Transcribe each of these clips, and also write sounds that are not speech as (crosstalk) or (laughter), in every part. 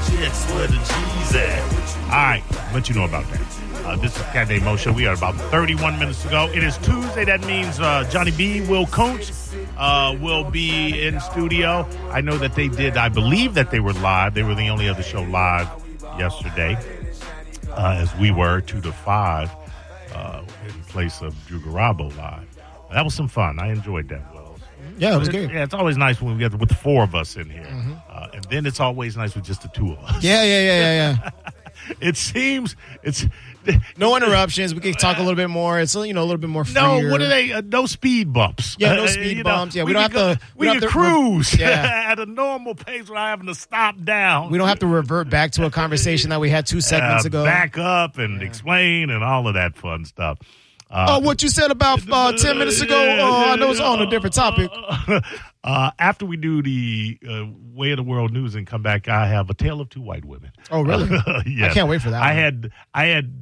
That's where the G's at. All right, let you know about that. Uh, this is Cafe Mo Show. We are about 31 minutes to go. It is Tuesday. That means uh, Johnny B, Will Coates uh, will be in studio. I know that they did, I believe that they were live. They were the only other show live yesterday, uh, as we were, 2 to 5, uh, in place of Drew Garabo live. That was some fun. I enjoyed that, Will. Yeah, it was It's- good. Mm-hmm. Yeah, it's always nice when we get with the four of us in here, uh, and then it's always nice with just the two of (laughs) us. Yeah, yeah, yeah, yeah, yeah. It seems it's (laughs) No interruptions. We could talk a little bit more. It's you know a little bit more. no. freer. What are they? Uh, no speed bumps. Yeah, no Uh, speed you bumps. Yeah, we don't could have to- go- We, we don't can have to re- cruise (laughs) Yeah. at a normal pace without having to stop down. We don't have to revert back to a conversation that we had two segments uh, ago. back up and explain and all of that fun stuff. Uh, Oh, what you said about uh, ten minutes ago? Uh, I know it's on a different topic. (laughs) uh, after we do the uh, way of the world news and come back, I have a tale of two white women. (laughs) Oh, really? yeah. I can't wait for that I one. had, I had,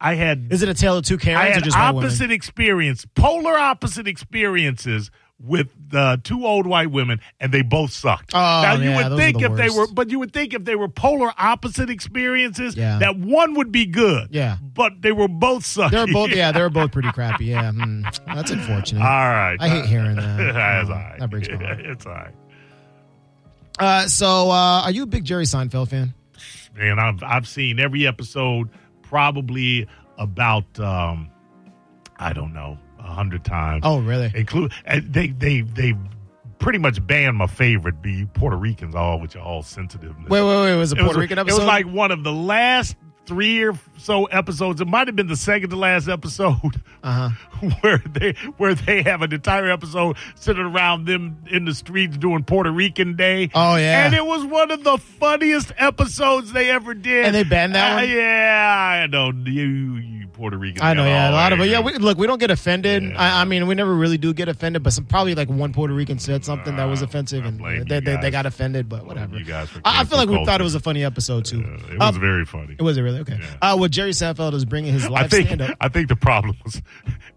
I had, (laughs) Is it a tale of two Karens I or had just one woman? opposite experience, polar opposite experiences with uh, two old white women, and they both sucked. Oh, now you yeah, would those are think the if they were, worst. but you would think if they were polar opposite experiences, Yeah. that one would be good. Yeah. but they were both sucky. They're both yeah, they're both pretty crappy. Yeah, hmm. that's unfortunate. (laughs) All right. (laughs) I hate hearing that. Uh, That's Oh, all right. That breaks my heart. (laughs) It's all right. Uh, so, uh, are you a big Jerry Seinfeld fan? Man, I've, I've seen every episode probably about, um, I don't know, a hundred times. Oh, really? Include, and they, they, they pretty much banned my favorite, the Puerto Ricans, all with your all sensitiveness. Wait, wait, wait. Was it a It was- Puerto Rican episode? It was like one of the last three or so episodes. It might have been the second to last episode Uh-huh. (laughs) where they where they have an entire episode centered around them in the streets doing Puerto Rican Day. Oh, yeah. and it was one of the funniest episodes they ever did. And they banned that Uh, one? Yeah, I know you, you Puerto Ricans. I know, got yeah, a all lot of it. angry. Yeah, we, look, we don't get offended. Yeah. I, I mean, we never really do get offended, but some, probably like one Puerto Rican said something that was Uh, offensive, I and blame they, you they, they guys. got offended. But whatever. you guys for I, I feel like we cancel thought culture. it was a funny episode too. Yeah, it Uh, was very funny. it wasn't really okay. Yeah. Uh, well, Jerry Seinfeld is bringing his I live think stand (laughs) up. I think the problem was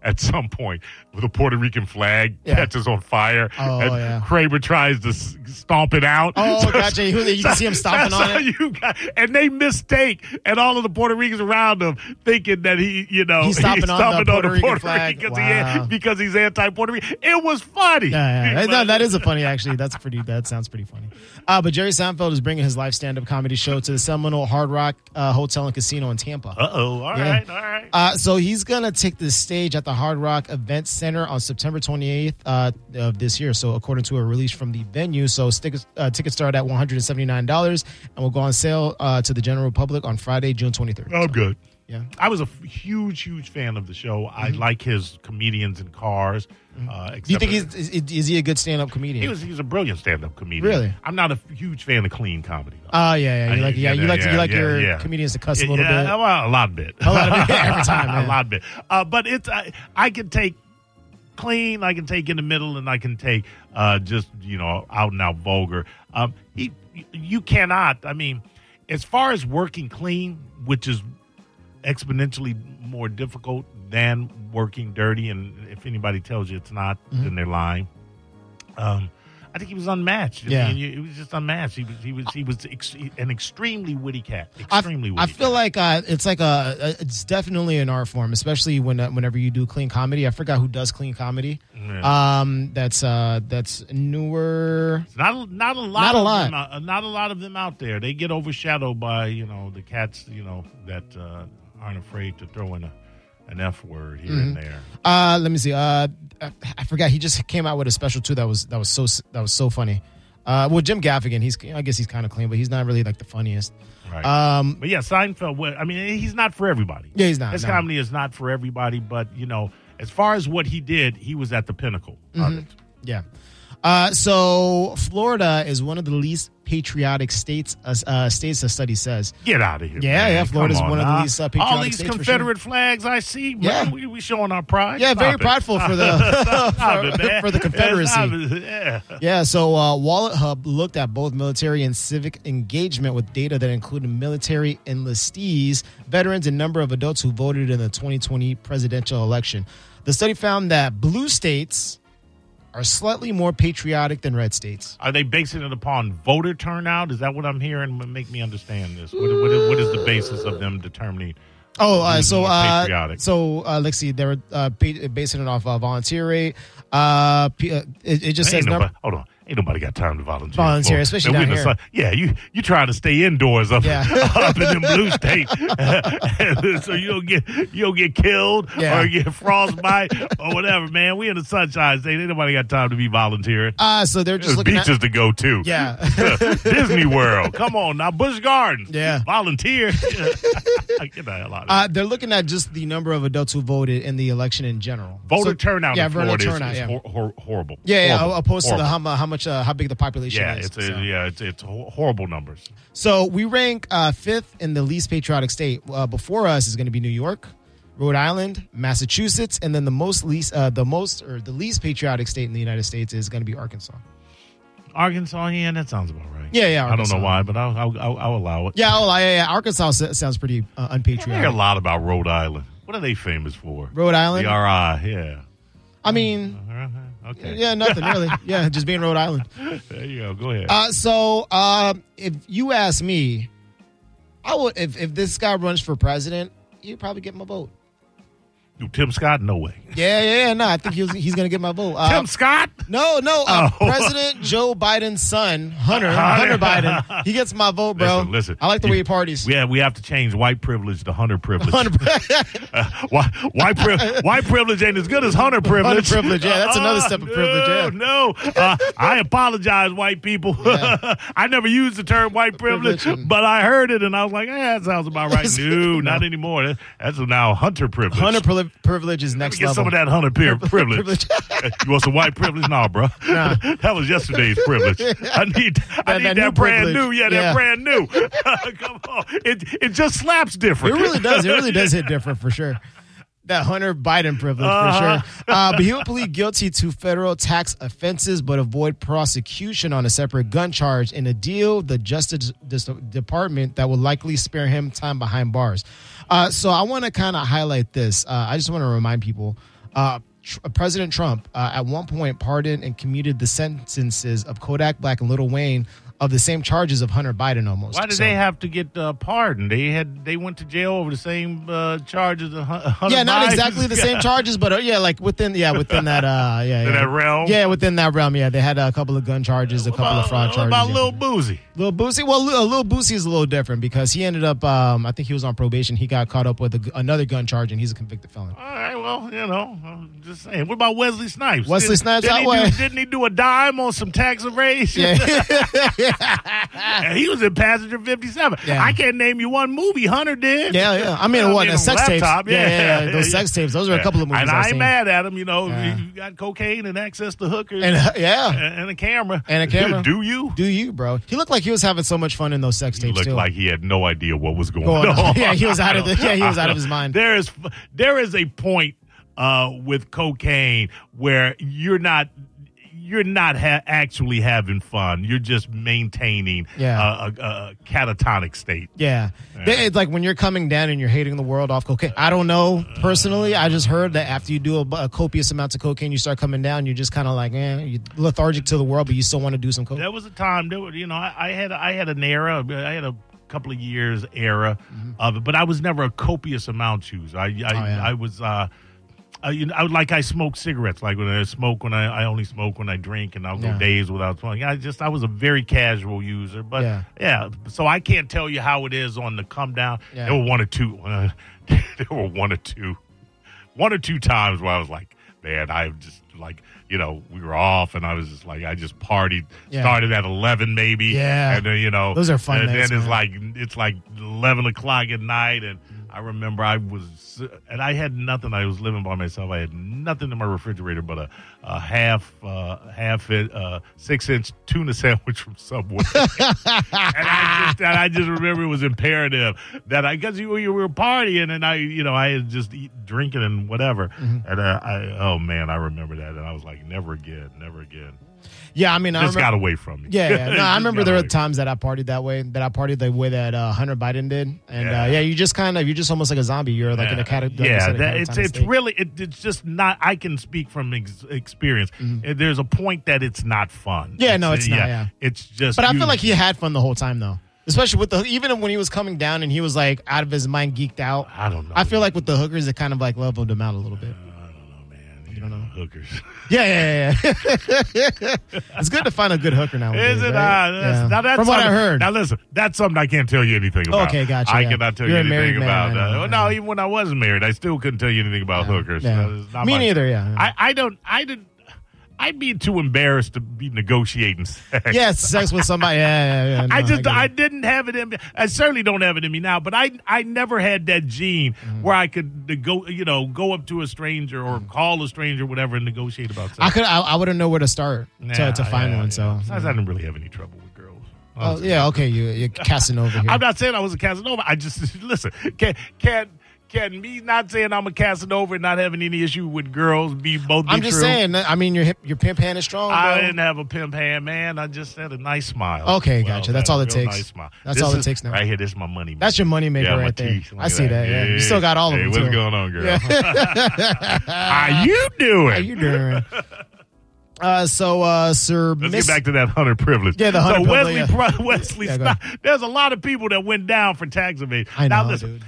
at some point the Puerto Rican flag Yeah. catches on fire Oh, and yeah. Kramer tries to s- stomp it out. (laughs) Oh, gotcha. You- you can see him stomping that's on how it. You got, and they mistake and all of the Puerto Ricans around him thinking that he, you know, (laughs) He's stomping on the Puerto Rican flag. Ricans he an- Wow. because he's anti-Puerto Rican. It was funny. Yeah, yeah. But- No, that is a funny actually. That's pretty. That sounds pretty funny. Uh, but Jerry Seinfeld is bringing his live stand-up comedy show to the Seminole Hard Rock uh, Hotel and Casino in Tampa. Uh-oh. All right, Yeah. All right. Uh, so he's gonna take the stage at the Hard Rock Event Center on September 28th uh, of this year. So according to a release from the venue, so stick, uh, tickets start at 179 dollars and will go on sale uh, to the general public on Friday, June 23rd. I'm good. Yeah. Mm-hmm. I was a f- huge, huge fan of the show. I like his comedians in cars. Uh, Do you except think for- he's is, is he a good stand-up comedian? He was he's a brilliant stand up comedian. Really? I'm not a f- huge fan of clean comedy. though. Oh yeah, yeah. You like yeah, you like to you like yeah, your yeah. comedians to cuss Yeah, a little yeah, bit. well, a lot bit. A lot of it. Every (laughs) time, a man. lot bit. Uh, but it's I, I can take clean, I can take in the middle, and I can take uh, just you know out and out vulgar. Um, he, you cannot. I mean, as far as working clean, which is exponentially more difficult than working dirty, and if anybody tells you it's not, Mm-hmm. then they're lying. Um, I think he was unmatched. I Yeah. mean, he was just unmatched. He was he was he was ex- an extremely witty cat. I- Extremely I, witty. feel like uh, it's like a, a it's definitely an art form, especially when uh, whenever you do clean comedy. I forgot who does clean comedy. Um, that's uh, that's newer. It's not not a lot. Not a of lot. Them out, uh, not a lot of them out there. They get overshadowed by you know the cats. You know that uh, aren't afraid to throw in a, an f word here and there. Uh, let me see. Uh, I- I forgot. He just came out with a special too. That was that was so that was so funny. Uh, well, Jim Gaffigan. He's I guess he's kind of clean, but he's not really like the funniest. Right. Um, but yeah, Seinfeld. well, I mean, he's not for everybody. Yeah, he's not, His no. comedy is not for everybody. But you know, as far as what he did, he was at the pinnacle of Mm-hmm. it. Yeah. Uh, so Florida is one of the least patriotic states. Uh, uh, states the study says. Get out of here. Yeah, man. yeah, Florida's Come on one of the now. least, uh, All patriotic these states for Confederate flags I see, man, Yeah. we, we showing our pride. Yeah, Stop very it. prideful (laughs) for Stop the it, (laughs) for, man. for the Yeah, Confederacy. stop it. (laughs) yeah. Yeah, so uh, Wallet Hub looked at both military and civic engagement with data that included military enlistees, veterans, and number of adults who voted in the 2020 presidential election. The study found that blue states are slightly more patriotic than red states. Are they basing it upon voter turnout? Is that what I'm hearing? Make me understand this. What, what is, what is the basis of them determining? Oh, uh, who's so more uh, patriotic? so uh, let's see. They're uh, ba- basing it off uh, volunteer rate. Uh, p- uh, it, it just Ain't says number. nobody, hold on. Ain't nobody got time to volunteer. Volunteer, Boy, especially man, we down in the sun- yeah, you you trying to stay indoors up, Yeah. (laughs) up in them blue states, (laughs) so you don't get you don't get killed Yeah. or get frostbite or whatever. Man, we in the sunshine state. Ain't nobody got time to be volunteering. Uh, so they're just There's looking at. beaches to go to. Yeah. (laughs) Disney World. Come on now, Busch Gardens. Yeah. volunteer. (laughs) get the hell out of here. Uh, they're looking at just the number of adults who voted in the election in general. voter So- turnout yeah, in voter Florida is- turnout, is, yeah. hor- hor- horrible. yeah, yeah, Horrible. opposed to the Horrible. how, mu- how much, uh, how big the population Yeah, is. it's so. yeah, it's it's hor- horrible numbers. So we rank uh, fifth in the least patriotic state. Uh, before us is going to be New York, Rhode Island, Massachusetts, and then the most least, uh, the most or the least patriotic state in the United States is going to be Arkansas. Arkansas, yeah, that sounds about right. Yeah, yeah, I don't Arkansas. know why, but I'll I'll, I'll, I'll allow it. Yeah, oh, yeah, yeah. Arkansas s- sounds pretty uh, I hear a unpatriotic. lot about Rhode Island. What are they famous for? Rhode The Island. RI, yeah. I mean, Uh-huh, Okay. yeah, (laughs) nothing really. Yeah, just being Rhode Island. There you go. Go ahead. Uh, so uh, if you ask me, I would if if this guy runs for president, you'd probably get my vote. You Tim Scott? No way. Yeah, yeah, yeah. No, I think he's he's gonna get my vote. Uh, Tim Scott? No, no. Uh, Oh. President Joe Biden's son, Hunter, Hunter. Hunter Biden, he gets my vote, bro. Listen, listen. I like the You- way he parties. Yeah, we have to change white privilege to hunter privilege. Hunter, Uh, (laughs) why, white, pri- white privilege ain't as good as hunter privilege. privilege, yeah, that's another step of no, privilege, yeah. No, Uh, I apologize, white people. Yeah. (laughs) I never used the term white privilege, Privilege and- but I heard it and I was like, eh, that sounds about (laughs) right. No, not anymore. That- That's now hunter privilege. (laughs) Hunter pri- privilege is next Get level. some of that hunter peer privilege. privilege. (laughs) you want some white privilege? Nah, bro. (laughs) that was yesterday's privilege. (laughs) I need, I That- need that, that new brand privilege. new. Yeah, that Yeah. brand new. (laughs) Come on, it it just slaps It different. really does. It (laughs) really does hit different for sure. That Hunter Biden privilege Uh-huh. for sure. Uh, but (laughs) he will plead guilty to federal tax offenses, but avoid prosecution on a separate gun charge in a deal with the Justice Dis- Department that will likely spare him time behind bars. Uh, so I want to kind of highlight this. Uh, I just want to remind people. Uh, Tr- President Trump uh, at one point pardoned and commuted the sentences of Kodak Black and Little Wayne of the same charges of Hunter Biden almost. Why did So- they have to get uh, pardoned? They had they went to jail over the same uh, charges. of Hun- Hunter yeah, not Biden. exactly (laughs) the same charges, but uh, yeah, like within yeah within that uh yeah, yeah. that realm? Yeah, within that realm. Yeah, they had a couple of gun charges, a couple About, of fraud Uh, what charges. about yeah. Lil Boozy. Lil Boosie. Well, Lil, uh, Lil Boosie is a little different because he ended up. Um, I think he was on probation. He got caught up with a g another gun charge, and he's a convicted felon. All right, well, you know, I'm just saying. What about Wesley Snipes? Wesley Snipes, didn't, that he way. do, didn't he do a dime on some tax evasion? Yeah, And (laughs) he was in Passenger 57. Yeah. I can't name you one movie Hunter did. (laughs) yeah, yeah. I mean, what? mean, the sex tapes? laptop, Yeah, yeah, yeah. Those yeah. sex tapes. Those are a couple of movies. And I've I ain't seen. mad at him. You know, Yeah. you got cocaine and access to hookers And and, uh, yeah, and a camera. And a (laughs) camera. Do you? do you, bro? He looked like he was having so much fun in those sex He tapes looked too. like he had no idea what was going, Going on. on. (laughs) Yeah, he was out of the- yeah, he was I out of don't- his mind. There is there is a point uh, with cocaine where you're not you're not ha- actually having fun. You're just maintaining Yeah. uh, a, a catatonic state. Yeah. They- It's like when you're coming down and you're hating the world off cocaine. I don't know personally. I just heard that after you do a, bu- a copious amounts of cocaine, you start coming down. You're just kind of like, eh, you're lethargic to the world, but you still want to do some cocaine. There was a time there were, you know I, I had I had an era I had a couple of years era of it, but I was never a copious amount user. I I, Mm-hmm. Oh, yeah. I was uh, I, you know I would- like I smoked cigarettes like when I smoke when I, I only smoke when I drink and I'll go Yeah. days without smoking. I just I was a very casual user, but Yeah. yeah, so I can't tell you how it is on the come down. Yeah. There were one or two. (laughs) Uh, there were one or two one or two times where I was like, man, I just like, you know, we were off and I was just like, I just partied, Yeah. started at 11 maybe. Yeah. And then, you know, Those are fun And nights, then it's man. like, it's like 11 o'clock at night. And I remember I was, and I had nothing. I was living by myself. I had nothing in my refrigerator but a, a half, uh, half, uh, six inch tuna (laughs) sandwich from (laughs) Subway. and I just and I just remember it was imperative that I guess you, we were partying and I you know I had just eat, Mm-hmm. drinking and whatever and uh, I oh man I remember that and I was like never again never again Yeah, I mean, I This got remember, away from me. (laughs) (laughs) yeah, yeah. No, I This remember got there were away from times that I partied that way, that I partied the way that uh, Hunter Biden did, and yeah. Yeah. Uh, yeah, you just kind of, you're just almost like a zombie. You're like me. in a category. yeah, that, it's it's really it, it's just not. I can speak from ex- experience. Uh, There's a point that it's not fun. Mm-hmm. Yeah, no, it's not, yeah. it's just. But I you- feel like he had fun the whole time, though. Especially with the even when he was coming down and he was like out of his mind, geeked out. I don't know. I feel like with the hookers, it kind of like leveled him out a little bit. you don't know (laughs) hookers. Yeah, yeah, yeah. yeah. (laughs) it's good to find a good hooker now. Is it? Uh, that's, now that's From what I something- heard. Now listen, that's something I can't tell you anything about. Okay, gotcha, I yeah. cannot tell You're a you married anything about. man, I know, uh, I well, know. no, even when I was married, I still couldn't tell you anything about hookers. yeah. No, it's not Me my- neither, yeah, yeah. I, I don't. I didn't. I'd be too embarrassed to be negotiating (laughs) sex. (laughs) yeah, sex with somebody. Yeah, yeah, yeah. No, I just get it. I, didn't have it in me. I certainly don't have it in me now, but I I never had that gene Mm-hmm. where I could go you know go up to a stranger or call a stranger whatever and negotiate about sex. Mm. I could. I, I wouldn't know where to start Nah, to, to find yeah, one. yeah. So, Besides, I didn't really have any trouble with girls. oh, yeah, okay, you (laughs) you're Casanova here. I'm not saying I was a Casanova. I just (laughs) listen. Can can can me not saying I'm a Casanova and not having any issue with girls be both? Be I'm just true? saying. I mean, your hip, your pimp hand is strong. I bro. didn't have a pimp hand, man. I just had a nice smile. Okay, Well, gotcha. That's man, all a it real takes. Nice smile. That's This all it is- takes now. Right here, this is my money. That's your moneymaker yeah, my right there. teeth. Look I at see that. yeah. you still got all of hey, them. What's too. going on, girl? (laughs) How you doing? How you (laughs) doing? Rand? Uh, so, uh, Sir Let's Miss- get back to that hunter privilege. Yeah, the hunter so privilege, Wesley, Pro- Wesley, Yeah, go Snipes- there's a lot of people that went down for tax evasion. I know, now listen, dude.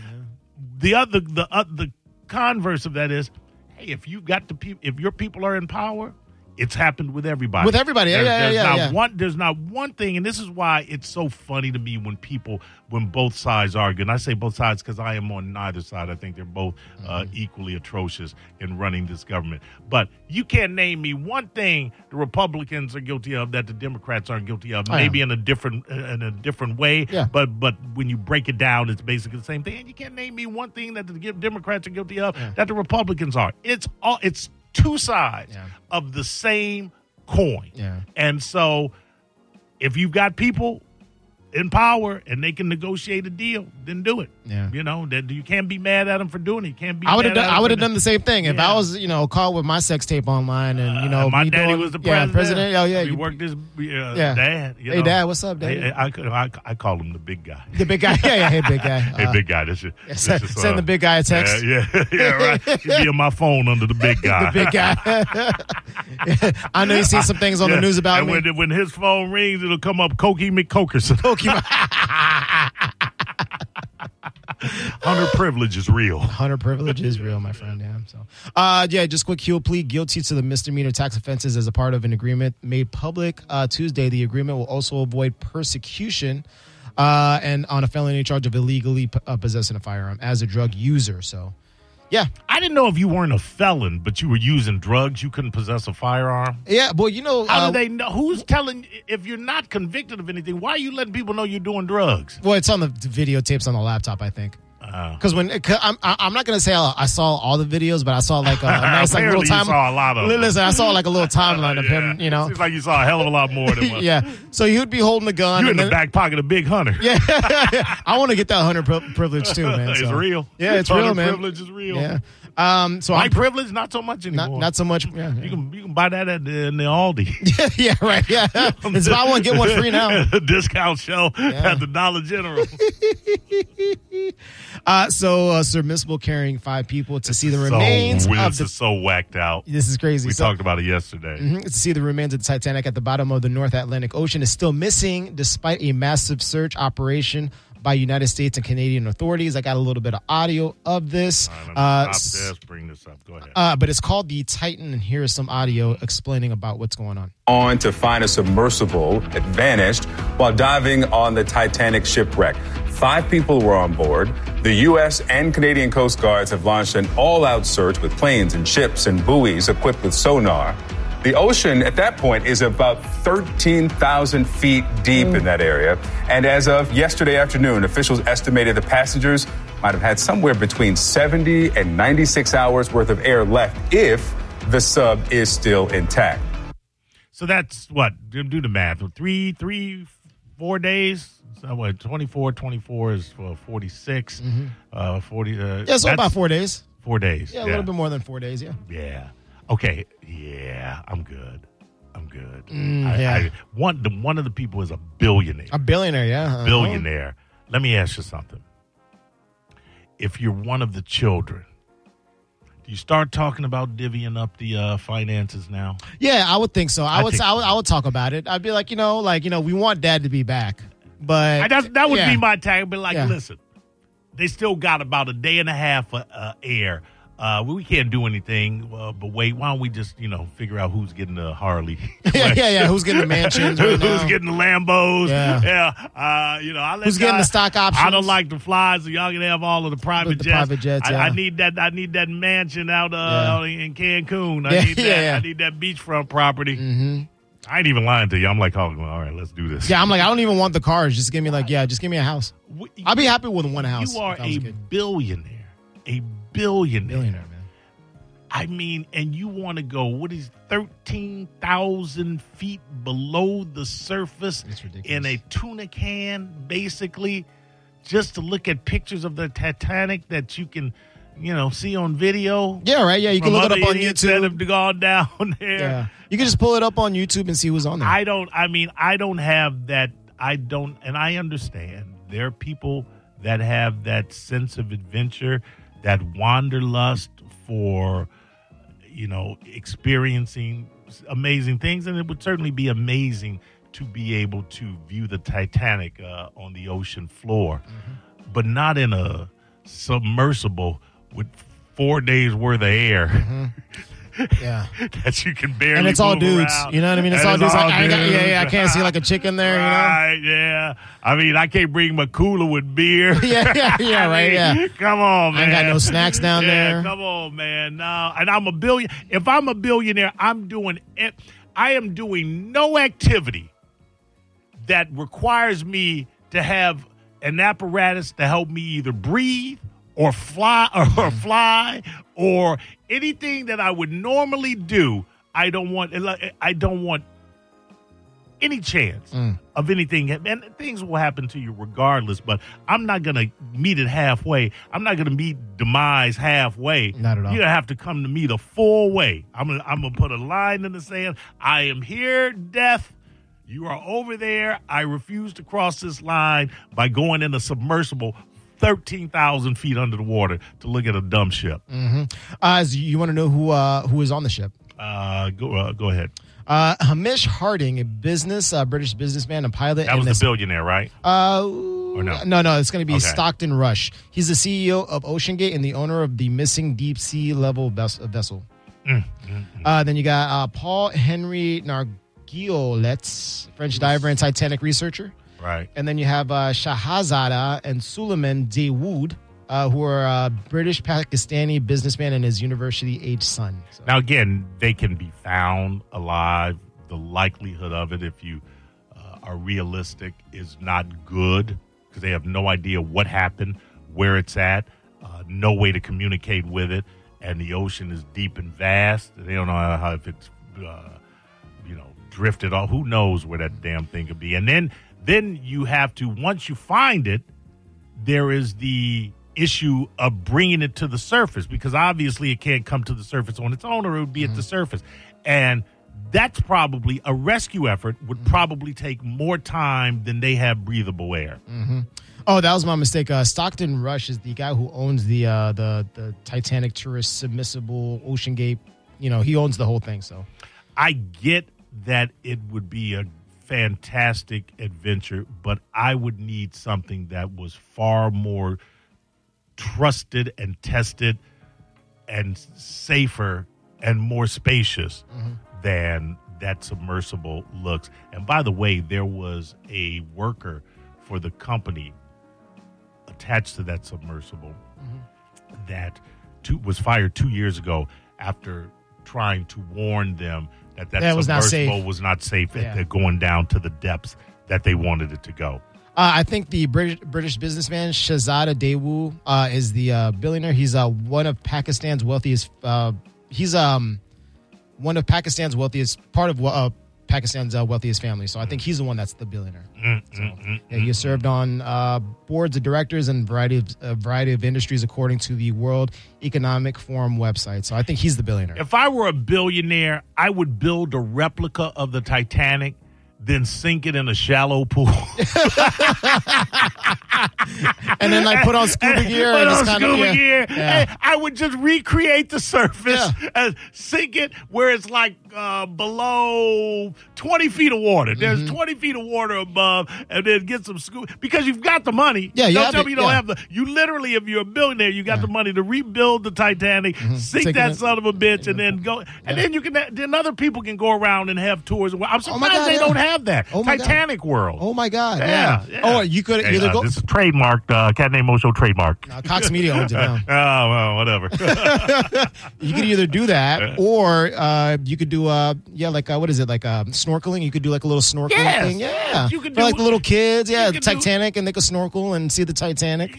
the other the uh, the converse of that is, hey, if you got the people, if your people are in power, it's happened with everybody. With everybody, yeah, There- yeah, there's yeah, not yeah. one. There's not one thing, and this is why it's so funny to me when people when both sides argue. And I say both sides because I am on neither side. I think they're both uh, Mm-hmm. equally atrocious in running this government. But you can't name me one thing the Republicans are guilty of that the Democrats aren't guilty of. I am. Maybe in a different in a different way. Oh, Yeah. But but when you break it down, it's basically the same thing. And you can't name me one thing that the Gi- Democrats are guilty of that the Republicans are. It's all it's two sides Yeah. of the same coin. Yeah. And so if you've got people in power and they can negotiate a deal, then do it. Yeah. You know, that you can't be mad at them for doing it. You can't be I would have mad at done. 'em I for would have doing- done the same thing if I Yeah. Uh, was, you know, caught with my sex tape online, and you know, And my me daddy doing- was the yeah, president. president. Oh yeah, we you- worked his uh, Yeah. dad. you Hey, know. Dad, what's up, Hey, Daddy? I, could- I, I call him the big guy. the big guy. Yeah, yeah. Hey, big (laughs) guy. Hey, Uh, big guy, this is, (laughs) this send- is, uh, send the big guy a text. Yeah, (laughs) yeah, yeah right. He'd be on my phone under the big guy. (laughs) the big guy. (laughs) (laughs) I know you see some things on Yeah. the news about and me. When, when his phone rings, it'll come up (laughs) Cokie McCokerson. Hunter privilege is real. (laughs) Hunter privilege is real, my friend. Yeah. So, uh, yeah, just quick. He'll plead guilty to the misdemeanor tax offenses as a part of an agreement made public uh, Tuesday. The agreement will also avoid persecution uh, and on a felony charge of illegally p- uh, possessing a firearm as a drug user. So, yeah, I didn't know if you weren't a felon, but you were using drugs, you couldn't possess a firearm. yeah. Well, you know, How uh, do they know? Who's telling if you're not convicted of anything? Why are you letting people know you're doing drugs? well, it's on the videotapes on the laptop, I think. Oh. Because when 'cause I'm, I- I'm not gonna say uh, I I saw all the videos, but I (laughs) saw like a, a nice like little Apparently, you time. saw a lot of them. Listen, I saw like (laughs) a little timeline of him. You know, seems like you saw a hell of a lot more (laughs) than one. yeah. So he would be holding a gun. You're in and the then- back pocket of Big Hunter. Yeah, (laughs) I want to get that hunter pri- privilege too, (laughs) man. it's so. real. Yeah, it's Hunter real, man. Privilege is real. Yeah. Um. So My I'm privilege, not so much anymore. (laughs) not, not so much. Yeah. You can you can buy that at the, in the Aldi Yeah. (laughs) yeah (laughs) right. Yeah. it's buy one get one free now. discount show at the Dollar (laughs) General. Uh. So uh, submissible carrying five people to see the so remains weird. of this is the. so whacked out. This is crazy. We So- Mm-hmm. talked about it yesterday. to see the remains of the Titanic at the bottom of the North Atlantic Ocean is still missing despite a massive search operation by United States and Canadian authorities. I got a little bit of audio of this. All right, I'm Uh, gonna s- stop this. Bring this up. Go ahead. uh, but it's called the Titan, and here is some audio explaining about what's going on. on to find a submersible that vanished while diving on the Titanic shipwreck. Five people were on board. The U.S. and Canadian Coast Guards have launched an all out search with planes and ships and buoys equipped with sonar. The ocean at that point is about 13,000 feet deep in that area. And as of yesterday afternoon, officials estimated the passengers might have had somewhere between 70 and 96 hours worth of air left if the sub is still intact. so that's what do do the math. Three, three, four days. So what? 24, 24 is uh, 46. Uh, 40. Uh, Mm-hmm. Yeah, so that's about four days. four days. Yeah, a little bit more than four days. Yeah. Yeah. Okay. Yeah, I'm good. I'm good. Mm, I, yeah. I- one, the, one of the people is a billionaire. A billionaire, yeah. Uh-huh. billionaire. Let me ask you something. If you're one of the children, do you start talking about divvying up the uh, finances now? Yeah, I would think so. I, I would, think- I would. I would talk about it. I'd be like, you know, like you know, we want dad to be back, but I, that's, that would yeah. be my tag. But like, Yeah. listen, they still got about a day and a half of uh, air. Uh, we can't do anything. Uh, but wait, why don't we just you know figure out who's getting the Harley? (laughs) (laughs) yeah, yeah, yeah. Who's getting the mansions? Right Who's now? getting the Lambos? Yeah. Yeah, Uh, you know, I let Who's getting y'all- the stock options? I don't like the flies, so y'all can have all of the private the jets. private jets, I, yeah. I need that. I need that mansion out, uh, Yeah. out in Cancun. I (laughs) Yeah, need that. yeah, yeah. I need that beachfront property. I ain't even lying to you. I'm like, oh, all right, let's do this. Yeah, I'm like, I don't even want the cars. Just give me like, yeah, just give me a house. We- I'd be happy with one house. You are if I was a good. billionaire. A billionaire. billionaire, man. I mean, and you want to go, what is 13,000 feet below the surface It's ridiculous. in a tuna can, basically, just to look at pictures of the Titanic that you can, you know, see on video. Yeah, right. Yeah, you can from look it other up on idiots that YouTube. have gone (laughs) down there. Yeah, you can just pull it up on YouTube and see who's on there. I don't. I mean, I don't have that. I don't, and I understand there are people that have that sense of adventure, that wanderlust for, you know, experiencing amazing things, and it would certainly be amazing to be able to view the Titanic uh, on the ocean floor, Mm-hmm. but not in a submersible with four days worth of air yeah, (laughs) that you can barely Mm-hmm. and it's all move dudes. around. You know what I mean? It's And all dudes. like, I ain't got- dudes. yeah, yeah. I can't see like a chick in there. (laughs) Right, yeah. I mean, I can't bring my cooler with beer. You know? (laughs) Yeah, yeah, yeah. I Right. mean, Yeah. Come on, I man. ain't got no snacks down yeah, there. Come on, man. No, and I'm a billion. If I'm a billionaire, I'm doing it. I am doing no activity that requires me to have an apparatus to help me either breathe or fly (laughs) or, fly or anything that I would normally do. I don't want. I don't want any chance Mm. of anything. And things will happen to you regardless. But I'm not gonna meet it halfway. I'm not gonna meet demise halfway. Not at all. You have to come to me the full way. I'm gonna, I'm gonna put a line in the sand. I am here, death. You are over there. I refuse to cross this line by going in a submersible. 13,000 feet under the water to look at a dumb ship. Uh, so you want to know who uh, who is on the ship? Uh, go, uh, go ahead. Uh, Hamish Harding, a business, uh, British businessman and pilot. That and was this- the billionaire, right? Uh, no? no, no, it's going to be Okay. Stockton Rush. He's the CEO of OceanGate and the owner of the missing deep sea level ves- uh, vessel. Mm, Uh, then you got uh, Paul Henry Nargiolet, French diver and Titanic researcher. right. And then you have uh, Shahazada and Suleiman Dawood, uh, who are uh, British Pakistani businessman and his university age son. So- Now, again, they can be found alive. The likelihood of it, if you uh, are realistic, is not good because they have no idea what happened, where it's at, uh, no way to communicate with it, and the ocean is deep and vast. They don't know how, how if it's, uh, you know, drifted off. Who knows where that damn thing could be? And then, then you have to once you find it, there is the issue of bringing it to the surface because obviously it can't come to the surface on its own or it would be at the surface. And that's probably a rescue effort would probably take more time than they have breathable air. Oh, that was my mistake. Uh, Stockton Rush is the guy who owns the uh, the the Titanic tourist submissible Ocean Gate. You know, he owns the whole thing. So I get that it would be a fantastic adventure, but I would need something that was far more trusted and tested and s- safer and more spacious Mm-hmm. than that submersible looks. And by the way, there was a worker for the company attached to that submersible Mm-hmm. that two, was fired two years ago after trying to warn them that that, That was not safe. submersible was not safe. Yeah. and They're going down to the depths that they wanted it to go. uh, I think the British British businessman Shazada Dewu uh, is the uh, billionaire. He's uh, one of Pakistan's wealthiest. Uh, he's um one of Pakistan's wealthiest part of uh, Pakistan's uh, wealthiest family. So I think he's the one that's the billionaire. Mm, So, yeah, he has served on uh, boards of directors and variety of a variety of industries according to the World Economic Forum website. So I think he's the billionaire. If I were a billionaire, I would build a replica of the Titanic, then sink it in a shallow pool. (laughs) and then like put (laughs) on scuba gear Put and on just kind of scuba yeah, gear. yeah. And I would just recreate the surface, Yeah. and sink it where it's like uh, below 20 feet of water. There's Mm-hmm. 20 feet of water above, and then get some scuba because you've got the money. Yeah, you don't have tell it, me you don't yeah. have the. You literally, if you're a billionaire, you got the money to rebuild the Titanic, sink Taking that Mm-hmm. it- son of a bitch, and then go, and then you can. Then other people can go around and have tours. I'm surprised Oh my God, they yeah. don't have that. Oh my God. Titanic World. Oh my god. Yeah. Yeah. yeah. Oh, you could Hey, either uh, go. This is trademarked. Uh, Cat Name Mo Show trademark. Uh, (laughs) Cox Media (laughs) owns it now. Oh, well, whatever. You could either do that, or uh, you could do uh, yeah, like uh, what is it, like uh, snorkeling? You could do like a little snorkeling Yes, thing, yeah. yes, you could for like do- the little kids, yeah, could do- Titanic, and they could snorkel and see the Titanic.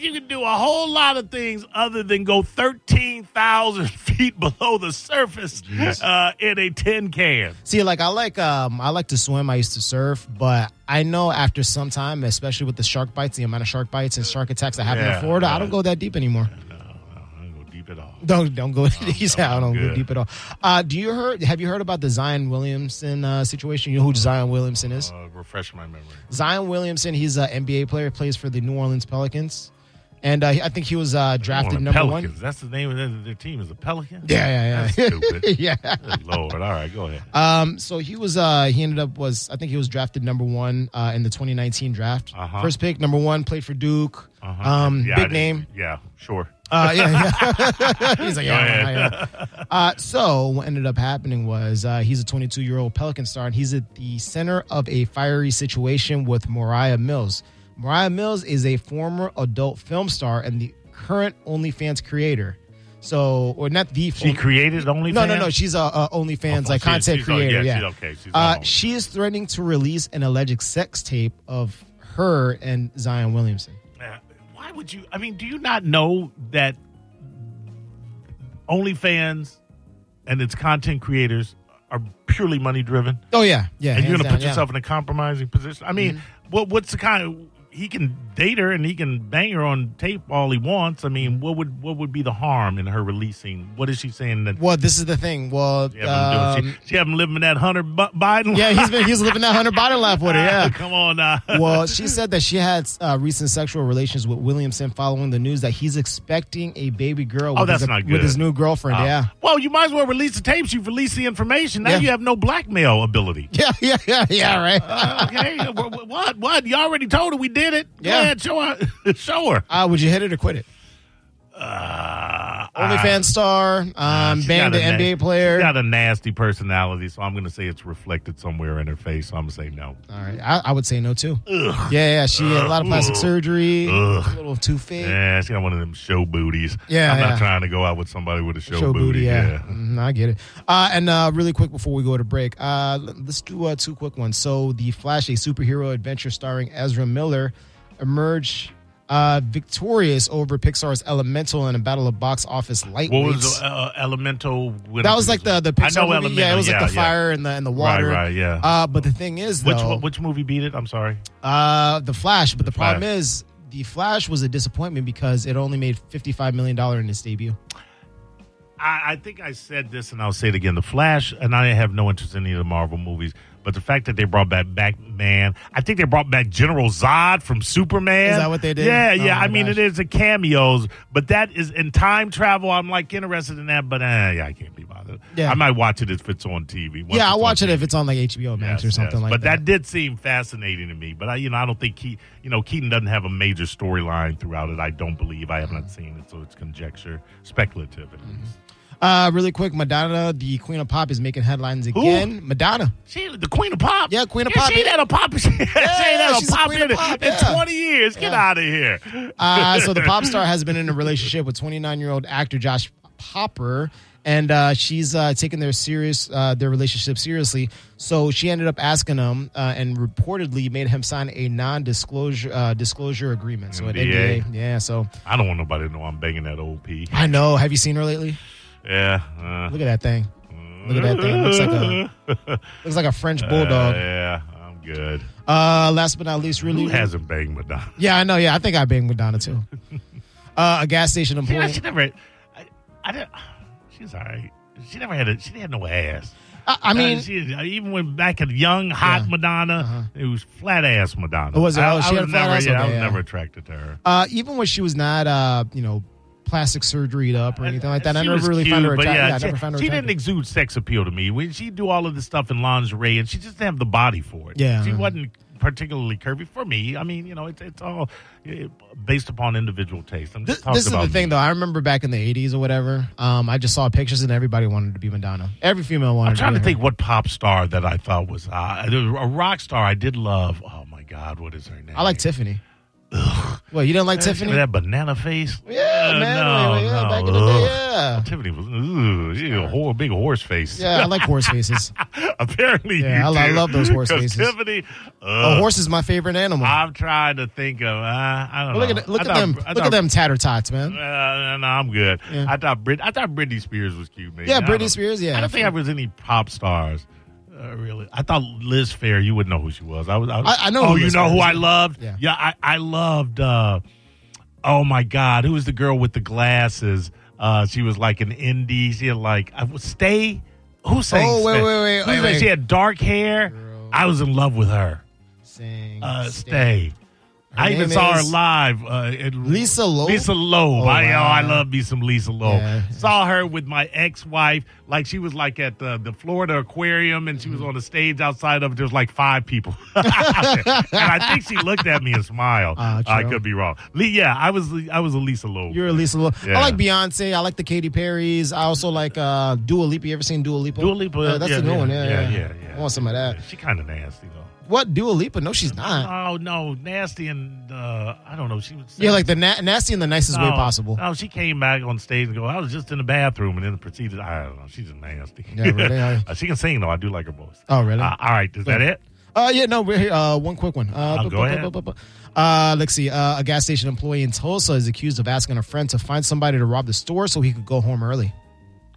(laughs) you can do a whole lot of things other than go 13,000 (laughs) feet below the surface uh, in a tin can. See, like I like um, I like to swim. I used to surf, but I know after some time, especially with the shark bites, the amount of shark bites and shark attacks that happen Yeah, in Florida, I uh, don't go that deep anymore. I don't go deep at all. Don't don't go. (laughs) He said, I don't good. go deep at all. Uh, do you heard? Have you heard about the Zion Williamson uh, situation? You know who Zion Williamson is? Uh, refresh my memory. Zion Williamson, he's an NBA player, plays for the New Orleans Pelicans, and uh, I think he was uh, drafted Well, the number Pelicans. one. That's the name of their, their team is the Pelicans? Yeah, yeah, yeah. That's (laughs) stupid. (laughs) yeah. Good Lord. All right, go ahead. Um, so he was. Uh, he ended up was. I think he was drafted number one uh, in the 2019 draft. Uh-huh. First pick, number one, played for Duke. Uh-huh. Um, Yeah, I big did- name. Yeah, sure. Uh, yeah, yeah. (laughs) he's like, yeah, Go yeah, yeah, yeah. Uh, so what ended up happening was uh, he's a 22 year old Pelican star, and he's at the center of a fiery situation with Mariah Mills. Mariah Mills is a former adult film star and the current OnlyFans creator. So, or not the She created OnlyFans? no, no, no. She's a, a OnlyFans Oh, like she- content she's on- yeah, creator. yeah, she's okay. She's on uh, OnlyFans. she is threatening to release an alleged sex tape of her and Zion Williamson. Uh, why would you? I mean, do you not know that OnlyFans and its content creators are purely money driven, Oh yeah, yeah. and you're going to hands down, put yeah. Mm-hmm. yourself in a compromising position? I mean, what what's the kind of he can date her and he can bang her on tape all he wants. I mean, what would what would be the harm in her releasing? What is she saying that? Well, this is the thing. Well, She have, him doing? um, She, she have him living that Hunter Bu- Biden? (laughs) (laughs) yeah, he's been he's living that hundred bottom life with it. life? Yeah. (laughs) Come on uh. now. Well, she said that she had uh, recent sexual relations with Williamson following the news that he's expecting a baby girl. With Oh, that's his, not good. Ah. With his new girlfriend. yeah. (laughs) Well, you might as well release the tapes. You've released the information. Now Yeah. you have no blackmail ability. Yeah, yeah, yeah, Ah. yeah, right. okay, wh- wh- what? What? You already told her we did it. Go Yeah. ahead, show (laughs) her. show her. Uh, would you hit it or quit it? Uh, OnlyFans star, um, Ah, she's banned got the a na- NBA player. She's got a nasty personality, so I'm going to say it's reflected somewhere in her face. So I'm going to say no. All right, I, I would say no too. Yeah, yeah, she had a lot of plastic Ugh. surgery, Ugh. a little too fake. Yeah, she got one of them show booties. Yeah, I'm not yeah. trying to go out with somebody with a show, Show booty, yeah. yeah. Mhm, I get it. Uh, and uh, really quick before we go to break, uh, l- let's do uh, two quick ones. So, The Flash, a superhero adventure starring Ezra Miller, emerged uh, victorious over Pixar's Elemental in a battle of box office lightweights. What was uh, Elemental? When that was like the the Pixar I know movie. Elemental. yeah, it was like the yeah. fire and the and the Right, water. right, yeah. Uh, but the thing is, Which though, which movie beat it? I'm sorry. uh, the Flash. But the, problem Flash. is, the Flash was a disappointment because it only made fifty five million dollar in its debut. I, I think I said this, and I'll say it again. The Flash, and I have no interest in any of the Marvel movies, but the fact that they brought back Batman, I think they brought back General Zod from Superman. Is that what they did? Yeah, Oh, yeah. my I mean, it gosh. is a cameos, but that is in time travel. I'm like interested in that, but uh, yeah, I can't be bothered. Yeah. I might watch it if it's on TV. once yeah, it's I'll on watch it TV. if it's on like HBO Max or Yes, something yes. like but that. that did seem fascinating to me. But I, you know, I don't think Keaton, you know, Keaton doesn't have a major storyline throughout it. I don't believe. I have not seen it, so it's conjecture, speculative. At least. Uh, really quick, Madonna, the Queen of Pop, is making headlines again. Madonna. She the queen of pop. Yeah, queen of yeah, pop. She ain't had a pop. (laughs) She, ain't had yeah, a she's the pop queen in, of it pop, in yeah. twenty years. Get out of here. Uh, so the (laughs) pop star has been in a relationship with 29 year old actor Josh Popper, and uh, she's uh, taking their serious uh, their relationship seriously. So she ended up asking him, uh, and reportedly made him sign a non disclosure uh, disclosure agreement. So an NDA. NDA. Yeah. So I don't want nobody to know I'm banging that old P. I know. Have you seen her lately? Yeah. uh, Look at that thing. Look at that thing. Looks like a (laughs) looks like a French Uh, bulldog. yeah, I'm good. Uh, last but not least, really. Who hasn't banged Madonna? yeah, I know. Yeah, I think I banged (laughs) Madonna too. Uh, a gas station She, employee. she never. I, I didn't, she's all right. She never had a. She had no ass. I, I mean, Uh, she, even when back at young, hot Yeah. Uh-huh. Madonna, it was flat ass Madonna. Oh, was it? I, Oh, she I had was a flat never, ass? yeah, I Okay, was yeah. never attracted to her. uh, even when she was not, uh, you know, plastic surgeried up or anything like that, I She never was really cute, found her but attractive. Yeah, I she, never found her she didn't attractive. exude sex appeal to me. When she do all of this stuff in lingerie, and she just didn't have the body for it. Yeah. she wasn't particularly curvy for me. I mean, you know, it's it's all eh, based upon individual taste. I'm This, just talking this is about the thing, me. though. I remember back in the '80s or whatever. Um, I just saw pictures, and everybody wanted to be Madonna. Every female wanted. I'm trying to be her. think what pop star that I thought was uh, there was a rock star I did love. Oh my God, what is her name? I like Tiffany. Well, you didn't like Tiffany? That banana face. Yeah, Uh, man. No, yeah, no, back in the day, ugh. yeah. Tiffany was ooh, she had a whole big horse face. Yeah, I like horse faces. (laughs) Uh, Apparently, Yeah, you I lo- do. love those horse (laughs) 'Cause faces. Oh, Tiffany, A ugh, horse is my favorite animal. I'm trying to think of. Uh, I don't Well, look know. at look I at thought- them I look at thought- them tatter tots, Uh, man. no, no, I'm good. Yeah. I thought Brit- I thought Britney Spears was cute, man. Yeah, I Britney don't- Spears, yeah. I don't think I was any pop stars. Uh, really, I thought Liz Fair. You would know who she was. I was. I, was- I- I know Oh, who you Liz know Phair who is. I loved. Yeah. I, I loved. Uh, oh my God, who was the girl with the glasses? Uh, she was like an indie. She had like I was stay. Who sang? Oh, wait, Stay? wait, wait, Who wait, sang? wait. She had dark hair. Girl. I was in love with her. Sing, Uh, sting. stay. I even name saw her is- live. Uh, at Lisa Loeb? Lisa Loeb. Oh, I, oh, I wow. love me some Lisa Loeb. Yeah. Saw her with my ex-wife. Like she was like at uh, the, the Florida Aquarium, and she Mm-hmm. was on the stage outside of. it. There was like five people, (laughs) and I think she looked at me and smiled. Ah, I true. could be wrong. Le- yeah, I was I was a Lisa Loeb. You're a Lisa. Lo- Yeah. I like Beyonce. I like the Katy Perrys. I also like uh, Dua Lipa. You ever seen Dua Lipa? Dua Lipa, Yeah, that's yeah, the new yeah, one. Yeah yeah, yeah, yeah, yeah. I want some of that. She kind of nasty though. What Dua Lipa? No, she's not. Oh no, nasty and uh, I don't know. She was Yeah, like the na- nasty in the nicest way possible. No, Oh, she came back on stage and go, I was just in the bathroom and then proceeded. I don't know. She's just nasty. (laughs) Yeah, really? I- Uh, she can sing, though. I do like her voice. Oh, really? Uh, all right. Is that (laughs) it? Uh, yeah, no, we're here. Uh, one quick one. Uh, Uh, bu- go bu- ahead. bu- bu- bu- Uh, let's see. Uh, a gas station employee in Tulsa is accused of asking a friend to find somebody to rob the store so he could go home early.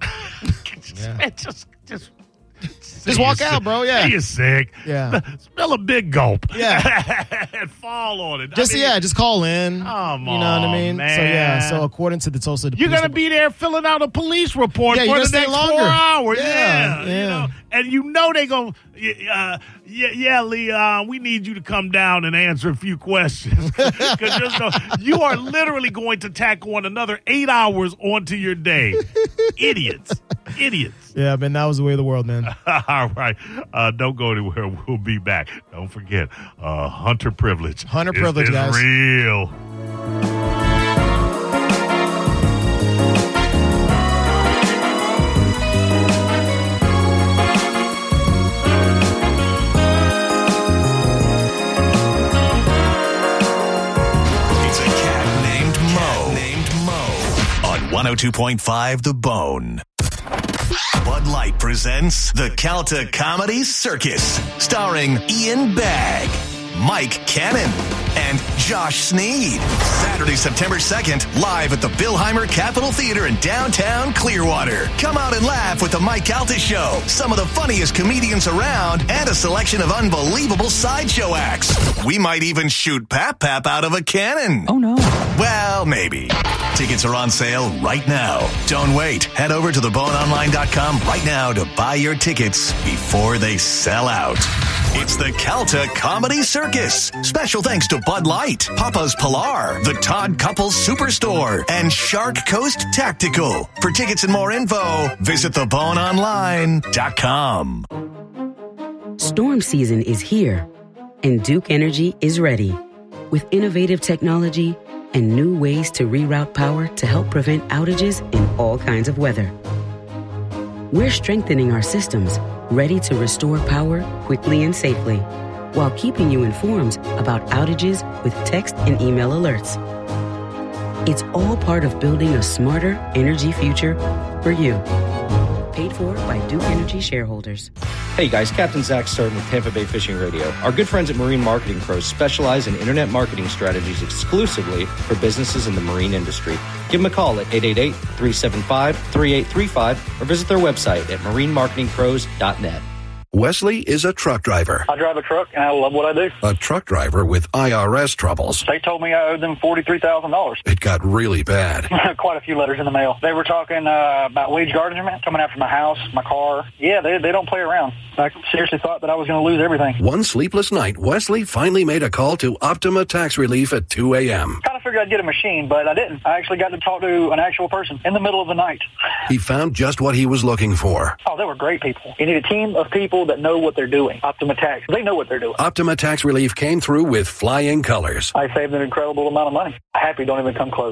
Just- man, just, just, (laughs) Just walk out, bro. Yeah. You're sick. Yeah. (laughs) Smell a big gulp. Yeah. (laughs) and fall on it. I Just mean, yeah, just call in. Come you know what I on, mean. So yeah, man. so according to the Tulsa, You're police gonna be there filling out a police report Yeah, you're for gonna the stay next four longer. hours. Yeah, Yeah, yeah. you know, and you know they gonna. y- Uh, yeah, yeah, Lee. Uh, we need you to come down and answer a few questions (laughs) 'Cause there's no- you are literally going to tack on another eight hours onto your day. Idiots, idiots. (laughs) Yeah, man, that was the way of the world, man. All right, uh, don't go anywhere. We'll be back. Don't forget, uh, hunter privilege. Hunter Is privilege, this guys. Real. It's a cat named Mo. named Mo. On 102.5 The Bone. Bud Light presents the Calta Comedy Circus, starring Ian Bagg, Mike Cannon, and Josh Sneed. Saturday, September 2nd, live at the Billheimer Capitol Theater in downtown Clearwater. Come out and laugh with the Mike Calta Show, some of the funniest comedians around, and a selection of unbelievable sideshow acts. We might even shoot Pap Pap out of a cannon. Oh no. Well, maybe. Tickets are on sale right now. Don't wait. Head over to theboneonline.com right now to buy your tickets before they sell out. It's the Calta Comedy Circus. Special thanks to Bud Light, Papa's Pilar, the Todd Couples Superstore, and Shark Coast Tactical. For tickets and more info, visit theboneonline.com. Storm season is here, and Duke Energy is ready. With innovative technology and new ways to reroute power to help prevent outages in all kinds of weather. We're strengthening our systems, ready to restore power quickly and safely, while keeping you informed about outages with text and email alerts. It's all part of building a smarter energy future for you. Paid for by Duke Energy shareholders. Hey guys, Captain Zach Stern with Tampa Bay Fishing Radio. Our good friends at Marine Marketing Pros specialize in internet marketing strategies exclusively for businesses in the marine industry. Give them a call at 888 375 3835 or visit their website at marinemarketingpros.net. Wesley is a truck driver, I drive a truck and I love what I do. a truck driver with IRS troubles. They told me I owed them $43,000. It got really bad. (laughs) Quite a few letters in the mail. They were talking uh, about wage garnishment coming after my house, my car. Yeah, they, they don't play around. I seriously thought that I was going to lose everything. One sleepless night, Wesley finally made a call to Optima Tax Relief at 2 a.m. Kind of figured I'd get a machine, but I didn't. I actually got to talk to an actual person in the middle of the night. He found just what he was looking for. Oh, they were great people. You need a team of people that know what they're doing. Optima Tax, they know what they're doing. Optima Tax Relief came through with flying colors. I saved an incredible amount of money. Happy don't even come close.